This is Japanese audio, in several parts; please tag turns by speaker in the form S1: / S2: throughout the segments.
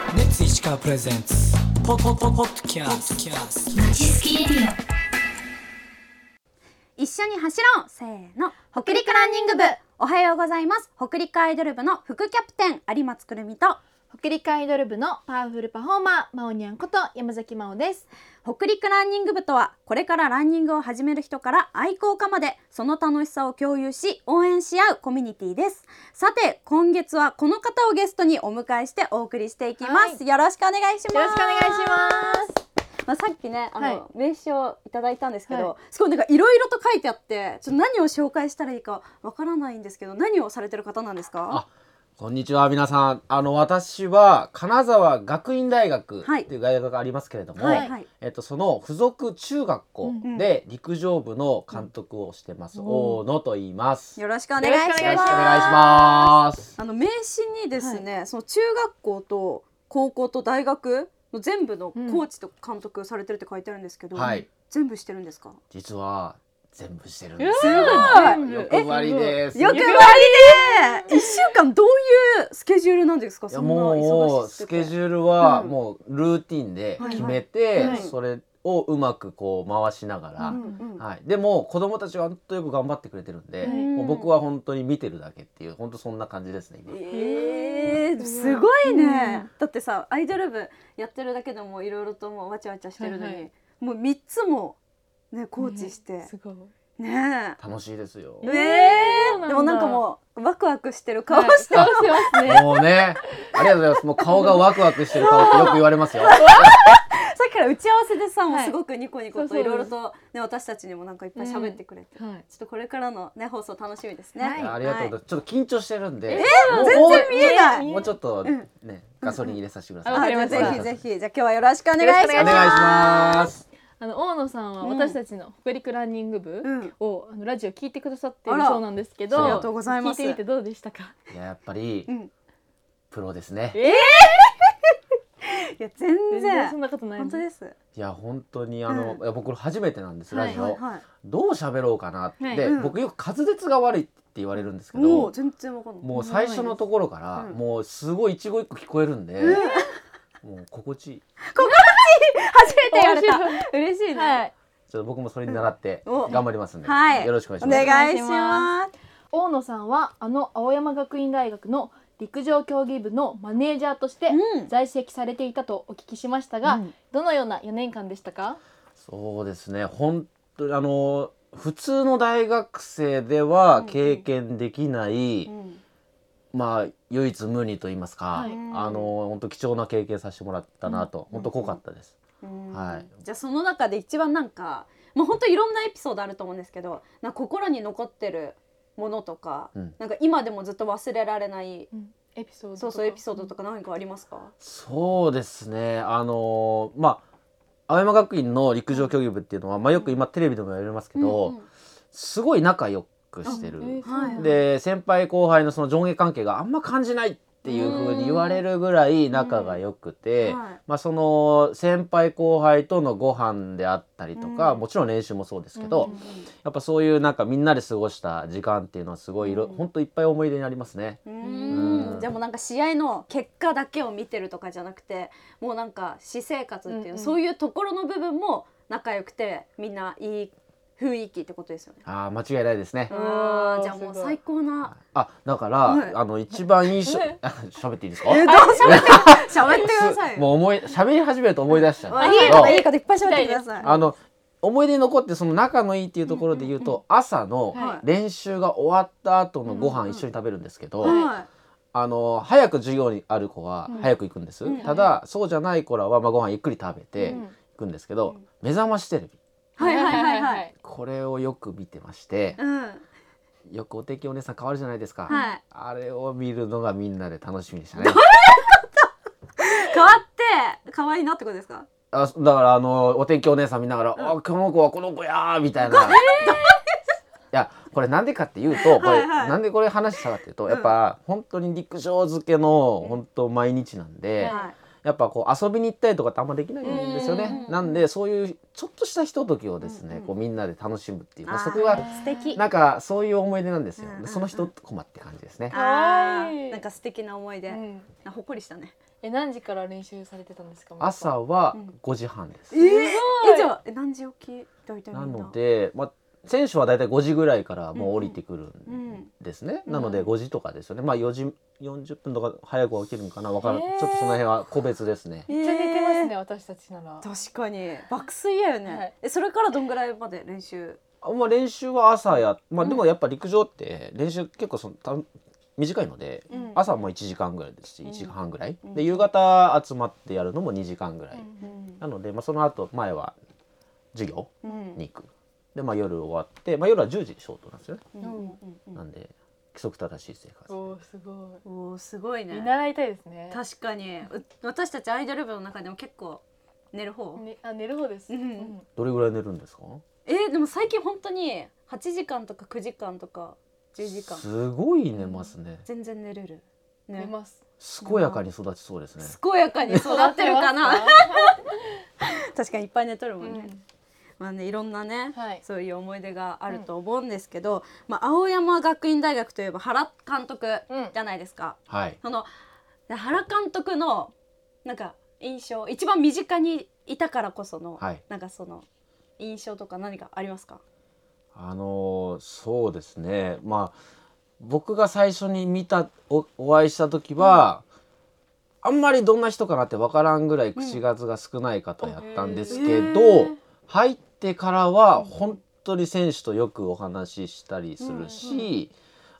S1: カープレゼンツポッポッポッポッキャスキャス
S2: 一緒に走ろうせーの北陸ランニング部おはようございます北陸アイドル部の副キャプテン有松くるみと
S3: 北陸アイドル部のパワフルパフォーマーまおにゃんこと山崎まおです
S2: 北陸ランニング部とはこれからランニングを始める人から愛好家までその楽しさを共有し応援し合うコミュニティですさて今月はこの方をゲストにお迎えしてお送りしていきます、よろしくお願いします
S3: よろしくお願いします
S2: まあ、さっきねあの、
S3: はい
S2: 名刺をいただいたんですけど、
S3: は
S2: すごいなんかいろいろと書いてあってちょっと何を紹介したらいいかわからないんですけど何をされてる方なんですか
S4: あこんにちは皆さんあの私は金沢学院大学
S2: はい
S4: という大学がありますけれども、
S2: はいはい
S4: えっと、その附属中学校で陸上部の監督をしてます、大野と言います。
S2: よろしくお願いします
S3: よろしく
S4: お願いします。
S2: あの名刺にですね、その中学校と高校と大学の全部のコーチと監督されてるって書いてあるんですけど、
S4: はい
S2: 全部してるんですか
S4: 実は全部してるんです
S2: すごい
S3: 全部
S4: 欲張りです。
S2: よく割で一週間どういうスケジュールなんですか
S4: い
S2: そ
S4: や
S2: んな忙
S4: も
S2: し
S4: う
S2: い
S4: スケジュールは
S2: うん
S4: もうルーティンで決めて、
S3: はいはい
S4: それをうまくこう回しながら、
S2: うんうん
S4: はい、でも子供たちは本当よく頑張ってくれてるんで、
S3: うん
S4: もう僕は本当に見てるだけっていう本当そんな感じですね今
S2: えー、すごいね、
S3: うん
S2: だってさアイドル部やってるだけでもいろいろともうわちゃわちゃしてるのに、
S3: はいはい
S2: もう三つもねコーチして
S3: すごい
S2: ね
S4: 楽しいですよ
S2: え
S3: え
S2: え
S3: そうな
S2: ー、
S3: んだ
S2: でもなんかもうワクワクしてる
S3: 顔
S2: 顔
S3: し
S2: して
S3: てますね
S4: もうねありがとうございますもう顔がワクワクしてる顔ってよく言われますよ
S2: さっきから打ち合わせでさ、もう
S3: はい
S2: すごくニコニコ
S3: そう
S2: と
S3: そう
S2: いろいろと、ね、私たちにもなんかいっぱい喋ってくれて、ちょ
S3: はい
S2: っとこれからの、ね、放送楽しみですね。
S3: はい
S4: いやありがとうございます、ちょっと緊張してるんで、
S2: は
S4: も
S2: いう全然見えない。
S3: 見え
S4: もうちょっとね、ガソリン入れさせてください、
S3: わかり
S2: あ
S3: まし
S2: じ
S3: た
S2: ゃあぜひぜひじゃあ今日はよろしくお願いし
S3: よろ
S4: お
S3: しく
S4: 願いします
S3: あの大野さんは
S2: うん
S3: 私たちの北陸ランニング部
S2: うん
S3: を、あのラジオ聞いてくださってる
S2: あら
S3: そうなんですけど
S4: ありがと
S2: うございます
S3: 聞いてみてどうでしたか
S4: いややっぱり、
S2: うん
S4: プロです
S2: ま
S4: ね
S2: す。いや全
S3: 全然そ
S2: 然
S3: んなことない
S2: 本当
S3: す
S2: です。
S4: いや本当にあの、
S2: うん
S4: いや僕初めてなんです、
S3: はい
S4: ラジオ、
S2: はいはい。
S4: どう喋ろうかなって、
S3: はい
S4: で
S2: うん
S4: 僕よく滑舌が悪いって言われるんですけど、
S2: もう全然わかんない。
S4: もう最初のところから、
S2: うん
S4: もうすごい一語一句聞こえるんで、もう心地いい
S2: 初めてやれ
S3: 面白
S2: た。嬉しいね。
S3: はい
S4: ちょっと僕もそれに習って
S2: うんお
S4: 頑張りますんで、
S2: はい
S4: よろしくお願いし
S2: お
S4: ます。
S2: 願いします。
S3: 大野さんはあの青山学院大学の陸上競技部のマネージャーとして
S2: うん
S3: 在籍されていたとお聞きしましたが、
S2: うん
S3: どのような4年間でしたか、
S4: そうですね本当にあの普通の大学生では
S2: ん
S4: 経験できない、
S2: うん
S4: まあ唯一無二と言いますか、
S3: はい
S4: あの本当貴重な経験させてもらったなと、本当濃かったです。
S2: うん
S4: はい
S2: じゃあその中で一番なんかもう本当いろんなエピソードあると思うんですけどなんか心に残ってるものとか、
S4: うん
S2: なんか今でもずっと忘れられない
S3: エピソード
S2: そうそうエピソードとか何かありますか、
S4: そうですねあのまあ青山学院の陸上競技部っていうのは、まあ、よく今テレビでもやりますけど、
S2: うんうん
S4: すごい仲良くしてる、
S2: はい
S4: で先輩後輩のその上下関係があんま感じないっていうふうに言われるぐらい仲が良くて、
S2: うんはい
S4: まあ、その先輩後輩とのご飯であったりとか、
S2: うん
S4: もちろん練習もそうですけど、やっぱそういうなんかみんなで過ごした時間っていうのはすごいいろ、
S2: うん
S4: ほんといっぱい思い出になりますね。
S2: うん
S4: うん
S2: じゃあもうなんか試合の結果だけを見てるとかじゃなくてもうなんか私生活っていう、
S3: うんうん
S2: そういうところの部分も仲良くてみんないい雰囲気ってことですよね。
S4: あー間違いないですね。
S3: わー
S2: うんじゃあもう
S3: すごい
S2: 最高な
S4: あだから、
S2: はい
S4: あの一番印象あ 喋っていいですか？
S2: えどうしゃべって 喋ってください
S4: もう思い喋り始めると思い出しちゃ
S2: あ
S4: うん
S2: い
S4: です
S2: い
S4: け
S2: こ
S4: ど
S2: といいこといっぱい喋ってください。
S4: あの思い出に残ってその仲のいいっていうところで言うと、朝の
S3: はい
S4: 練習が終わった後のご飯一緒に食べるんですけど、
S2: は
S4: あの早く授業にある子は早く行くんです、
S2: うん
S4: ただそうじゃない子らはまあご飯ゆっくり食べて
S3: うん
S4: 行くんですけど、目覚ましテレビ
S2: いはいはいはいはい。
S4: これをよく見てまして
S2: うん。は
S4: よくお天気お姉さん変わるじゃないですか、
S2: い。
S4: あれを見るのがみんなで楽しみでしたね。
S2: 変わって可愛いなってことですか。
S4: あだからあのお天気お姉さん見ながら「あこの子はこの子やー」みたいな。いやこれなんでかっていうとこれ、
S2: はいはい
S4: なんでこれ話したかっていうとやっぱ、本当に陸上漬けの本当毎日なんで、
S2: は
S4: やっぱこう遊びに行ったりとかってあんまできないんですよ
S3: うん
S4: ね。なんでそういうちょっとしたひとときをですね、
S2: うんうん
S4: こうみんなで楽しむっていう、まあ、
S2: あー
S4: そこが
S2: 素敵
S4: なんかそういう思い出なんですよ
S2: うんうんう。ん
S4: その人と困って感じですね。
S2: あ
S3: 可愛
S2: ー
S3: い
S2: なんか素敵な思い出、
S3: うん
S2: あほっこりしたね
S3: え何時から練習されてたんですか。
S4: 朝は5時半です。
S2: ええじゃあえ何時起き大体みん
S4: なので、まあ、選手は大体5時ぐらいからもう降りてくるんですね、
S3: うん
S4: なので5時とかですよね、まあ、4時40分とか早く起きるのかなわからん、
S3: へー
S4: ちょっとその辺は個別ですね
S3: めっちゃ寝てますね、私たちなら。
S2: えー確かに爆睡やよね、
S3: はい
S2: えそれからどんぐらいまで練習
S4: あまあ、練習は朝や、まあ、でもやっぱ陸上って練習結構そのた短いので、
S2: うん
S4: 朝はもう1時間ぐらいですし
S2: うん
S4: 1時間半ぐらい、
S2: うん
S4: で夕方集まってやるのも2時間ぐらい、
S2: うん
S4: なので、まあ、その後前は授業
S2: うん
S4: に行くで、まあ、夜終わって、まあ、夜は10時ショートなんですよね、
S2: うんうんう
S4: なんんで規則正しい生活
S3: おおーすご
S2: おーすごい
S3: い。見
S2: ね
S3: 習いたいですね。
S2: 確かにう私たちアイドル部の中でも結構寝る方、
S3: ねあ寝る方です。
S2: うん
S4: どれぐらい寝るんですか
S2: えーでも最近本当に8時間とか9時間とか10時間
S4: すごい寝ますね
S2: 全然寝れる
S3: 寝
S2: ね
S3: ます。
S4: 健やかに育ちそうですね
S2: 健やかに育ってるか
S3: 寝
S2: な
S3: てますか。
S2: 確かにいっぱい寝とるも
S3: うん
S2: ね、
S3: ん
S2: まあねいろんなね、
S3: はい
S2: そういう思い出があると思うんですけど、まあ青山学院大学といえば原監督
S3: うん
S2: じゃないですか、
S4: はい
S2: そので原監督のなんか印象一番身近にいたからこその、
S4: はい
S2: なんかその印象とか何かありますか
S4: あのーそうですねまあ僕が最初に見たおお会いした時は、あんまりどんな人かなって分からんぐらい口数が少ない方やったんですけど、
S2: うんへー
S4: 入ってからは本当に選手とよくお話ししたりするし、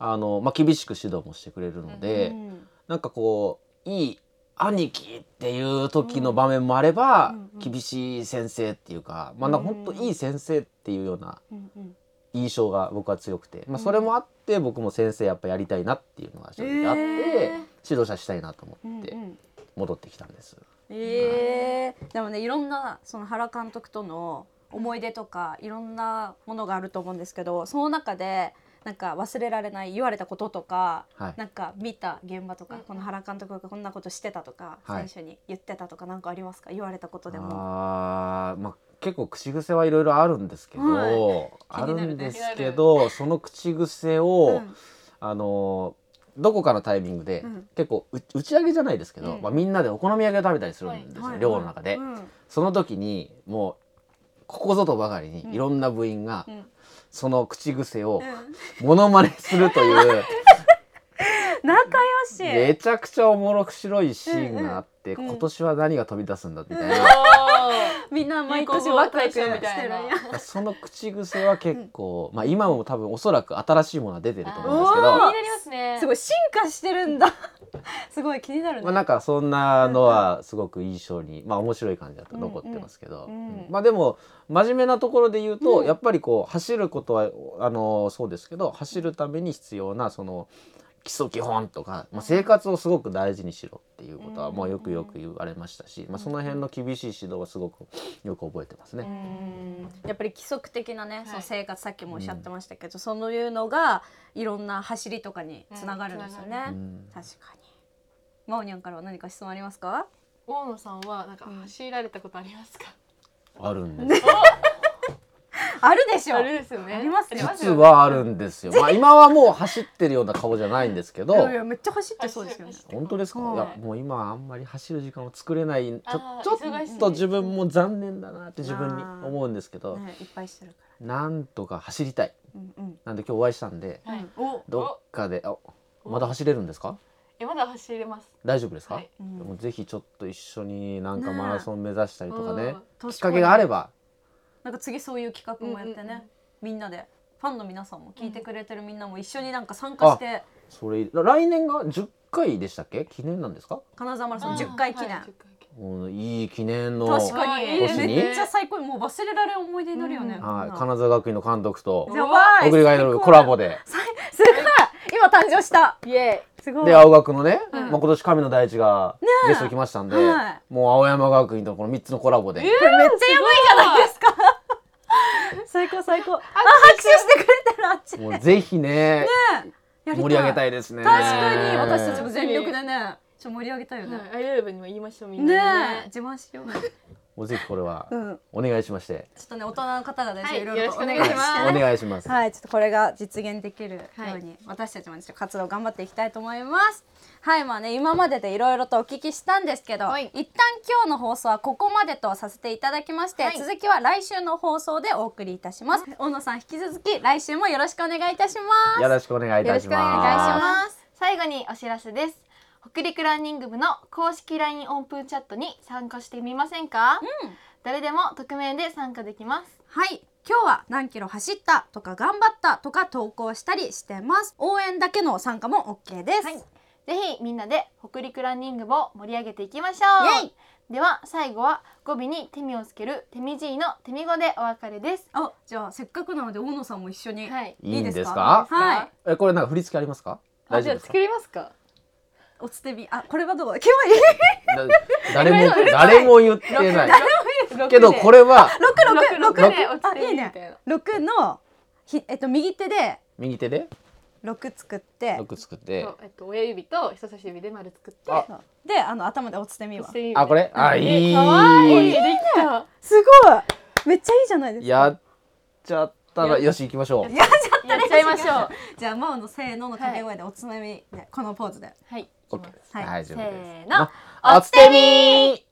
S4: あのまあ、厳しく指導もしてくれるので、
S2: うん
S4: なんかこういい兄貴っていう時の場面もあれば、
S2: うんうん
S4: 厳しい先生っていうか、まあ、なんか本当いい先生っていうような
S2: うんうん
S4: 印象が僕は強くて、まあ、それもあって僕も先生やっぱやりたいなっていうのが正直あって、
S2: へー
S4: 指導者したいなと思
S2: うん
S4: って
S2: うん
S4: 戻ってきたんです。
S2: えー、でもねいろんなその原監督との思い出とかいろんなものがあると思うんですけどその中でなんか忘れられない言われたこととか、
S4: はい
S2: なんか見た現場とか、
S3: うん
S2: この原監督がこんなことしてたとか、
S4: はい
S2: 選手に言ってたとかなんかありますか言われたことでも。
S4: あーまあ結構口癖はいろいろあるんですけど、
S2: は
S4: あるんですけ
S3: 気
S4: どその口癖
S2: う
S4: を、
S2: ん
S4: あのどこかのタイミングで、
S2: うん
S4: 結構う打ち上げじゃないですけど、
S3: うん
S4: まあ、みんなでお好み焼きを食べたりするんですよ、
S2: はい
S4: 寮の中で、
S2: うん
S4: その時にもうここぞとばかりにいろんな部員が、
S2: うん
S4: その口癖を
S2: うん
S4: モノマネすると いう、
S2: 仲良し、
S4: めちゃくちゃおもろく白いシーンがあっ
S2: うん
S4: て、
S2: うん
S4: 今年は何が飛び出すんだみたいな、
S2: みんな毎
S3: 毎
S2: 年
S3: 年
S2: ワ
S3: ワ
S2: ク
S3: ク
S2: ワ
S3: ワ
S2: ク
S3: ク
S2: して
S3: して
S2: る
S3: る
S2: ん
S3: みたいな
S2: や。
S4: その口癖は結構、まあ今も多分おそらく新しいものは出てると思うんですけど
S3: あー
S2: お
S3: 気
S2: ー
S3: になりますね。
S2: すごい進化してるんだ すごい気になるね、
S4: まあなんかそんなのはすごく印象に、まあ面白い感じだと残ってますけど、
S2: うんうんうん
S4: まあでも真面目なところで言うと、
S2: うん
S4: やっぱりこう走ることはあのそうですけど走るために必要なその基礎基本とか、まあ、生活をすごく大事にしろっていうことはもうよくよく言われましたし、まあ、その辺の厳しい指導はすごくよく覚えてますね。
S2: うんやっぱり規則的なね、
S3: い
S2: その生活さっきもおっしゃってましたけど、そういうのがいろんな走りとかにつながるんですよね、
S4: うん
S2: 確かにまおにゃんからは何か質問ありますか
S3: 大野さんはなんか走られたことありますか。
S4: ある んです
S2: あるでしょ
S3: あれですよね。
S2: ありますよ
S4: 実はあるんですよ。まあ今はもう走ってるような顔じゃないんですけ ど。
S2: いやめっちゃ走ってそうですよね
S3: 走って
S4: 本当ですか、
S2: はい
S4: い、やもう今あんまり走る時間を作れないちょ
S3: あー
S4: ちょ
S3: 忙しい
S4: っと自分も残念だなって自分に思うんですけど、
S2: ねいっぱいしてるか
S4: なんとか走りたい
S2: らうんうん
S4: なんで今日お会いしたんで
S3: はい。
S2: お
S4: どっかであまだ走れるんですか
S3: えまだ走れます。
S4: 大丈夫ですか、
S3: はい
S2: うん
S4: でもぜひちょっと一緒になんかマラソン目指したりとかね
S3: ね
S2: うん
S4: きっかけがあれば
S2: なんか次そういう企画もやってね、
S3: うんうんうん
S2: みんなでファンの皆さんも聞いてくれてるみんなも一緒になんか参加して
S4: それ来年が10回でしたっけ記念なんですか、
S2: 金沢マラソン
S4: うん
S2: 10回記念、
S3: はい10回記
S4: うん、いい記念の
S2: 確
S4: は
S2: かに
S3: あいいです
S4: ね
S2: めっちゃ最高もう忘れられん思い出になるよね、
S3: うん
S2: こん
S4: い
S2: な
S4: 金沢学院の監督と
S2: やばい
S4: 小栗がイドルコラボで。
S2: すごい今誕生した
S3: 念イエ
S2: すごい
S4: で青学のね、
S2: うん
S4: まあ、今年神野大地が
S2: え
S4: ゲスト来ましたんで、
S2: は
S4: もう青山学院とこの3つのコラボで、
S2: これめっちゃやばいじゃないですか
S3: 最高最高。
S2: あ拍手してくれたらあっち
S4: もうぜひね
S2: やりたい
S4: 盛り上げたいですね
S2: 確かに私たちも全力でねちょ盛り上げたいよね。
S3: はい、アイライブにも言いましょうみん
S2: ね
S3: な
S2: え
S3: でね
S2: 自慢しよう。
S4: もうぜひこれは
S2: うん。
S4: お願いしまして、
S2: ちょっとね大人の方がね、
S3: はい
S2: いろいろとお願い
S3: よ
S2: し
S3: ろしくお願いします
S2: て
S4: お
S2: ね。
S4: 願いします。
S2: はい、ちょっとこれが実現できるように、
S3: はい
S2: 私たちもちょっと活動頑張っていきたいと思います。はい、まあね今まででいろいろとお聞きしたんですけど、
S3: はい
S2: 一旦今日の放送はここまでとさせていただきまして、
S3: はい
S2: 続きは来週の放送でお送りいたします。小野さん引き続き来週もよろしくお願いいたします。。
S4: よろしくお願いいたします。
S3: よろしくお願いします最後にお知らせです北陸ランニング部の公式 LINE オープンチャットに参加してみませんか、誰でも匿名で参加できます
S2: はい今日は何キロ走ったとか頑張ったとか投稿したりしてます応援だけの参加も OK です、
S3: はいぜひみんなで北陸ランニング部を盛り上げていきましょ
S2: イェイ
S3: うでは最後は語尾に手みをつける手みじいの手み語でお別れです
S2: あじゃあせっかくなので大野さんも一緒に、
S3: はい
S4: いいんです
S2: は
S4: か
S2: い
S4: えこれなんか振り付けありますか？大丈夫ですか？
S3: りますか
S2: おつてびあこれはどう今日は
S4: だ誰も誰も言ってない。けどこれは
S2: 六六六
S3: でおつてび
S2: あいい
S3: みたい
S2: ね
S3: な
S2: 六のひえっと右手で
S4: 右手で
S2: 六作って
S4: 六作って
S3: そう、えっと、親指と人差し指で丸作って
S4: あ
S2: そうであの頭でおつてみは
S4: あこれあいい
S3: かわいいできた
S2: すごいめっちゃいいじゃないですか
S4: やっちゃったらよし行きましょう。
S2: やっちゃった
S3: や
S2: ね
S3: っちゃいましょう
S2: じゃあ真央のせーのの掛け声でおつてみでこのポーズで
S3: はい
S4: オッケー大丈夫です。
S3: せーの
S4: あおつてみー。